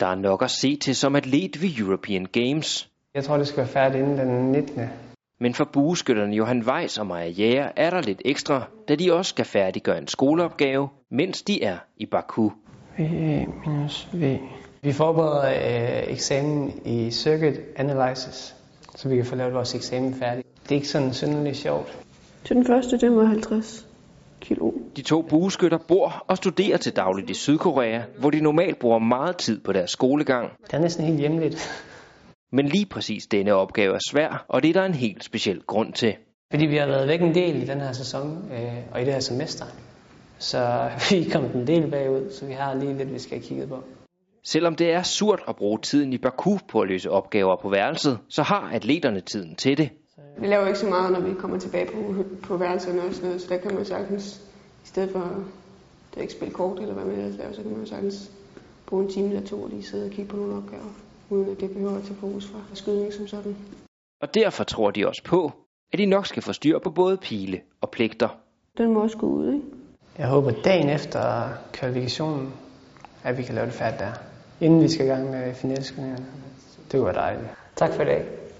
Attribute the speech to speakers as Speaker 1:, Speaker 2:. Speaker 1: Der er nok at se til som atlet ved European Games.
Speaker 2: Jeg tror, det skal være færdigt inden den 19.
Speaker 1: Men for bueskytterne Johan Weiss og Maja Jæger er der lidt ekstra, da de også skal færdiggøre en skoleopgave, mens de er i Baku.
Speaker 2: VA E, minus V. Vi forbereder øh, eksamen i Circuit Analysis, så vi kan få lavet vores eksamen færdig. Det er ikke sådan synderligt sjovt.
Speaker 3: Til den første, den var 50 kilo.
Speaker 1: De to bueskytter bor og studerer til dagligt i Sydkorea, hvor de normalt bruger meget tid på deres skolegang.
Speaker 2: Det er næsten helt hjemligt,
Speaker 1: Men lige præcis denne opgave er svær, og det er der en helt speciel grund til.
Speaker 2: fordi vi har været væk en del i den her sæson øh, og i det her semester. Så vi er kommet en del bagud, så vi har lige lidt, vi skal have kigget på.
Speaker 1: Selvom det er surt at bruge tiden i Baku på at løse opgaver på værelset, så har atleterne tiden til det.
Speaker 3: Vi laver ikke så meget, når vi kommer tilbage på, på værelserne og sådan noget, så der kan man sagtens, i stedet for at ikke spille kort eller hvad man ellers laver, så kan man jo sagtens bruge en time eller to og lige sidde og kigge på nogle opgaver, uden at det behøver at tage fokus fra skydning som sådan.
Speaker 1: Og derfor tror de også på, at de nok skal få styr på både pile og pligter.
Speaker 3: Den må også gå ud, ikke?
Speaker 2: Jeg håber dagen efter kvalifikationen, at vi kan lave det færdigt der. Inden vi skal i gang med finaleskydningerne. Det var dejligt. Tak for i dag.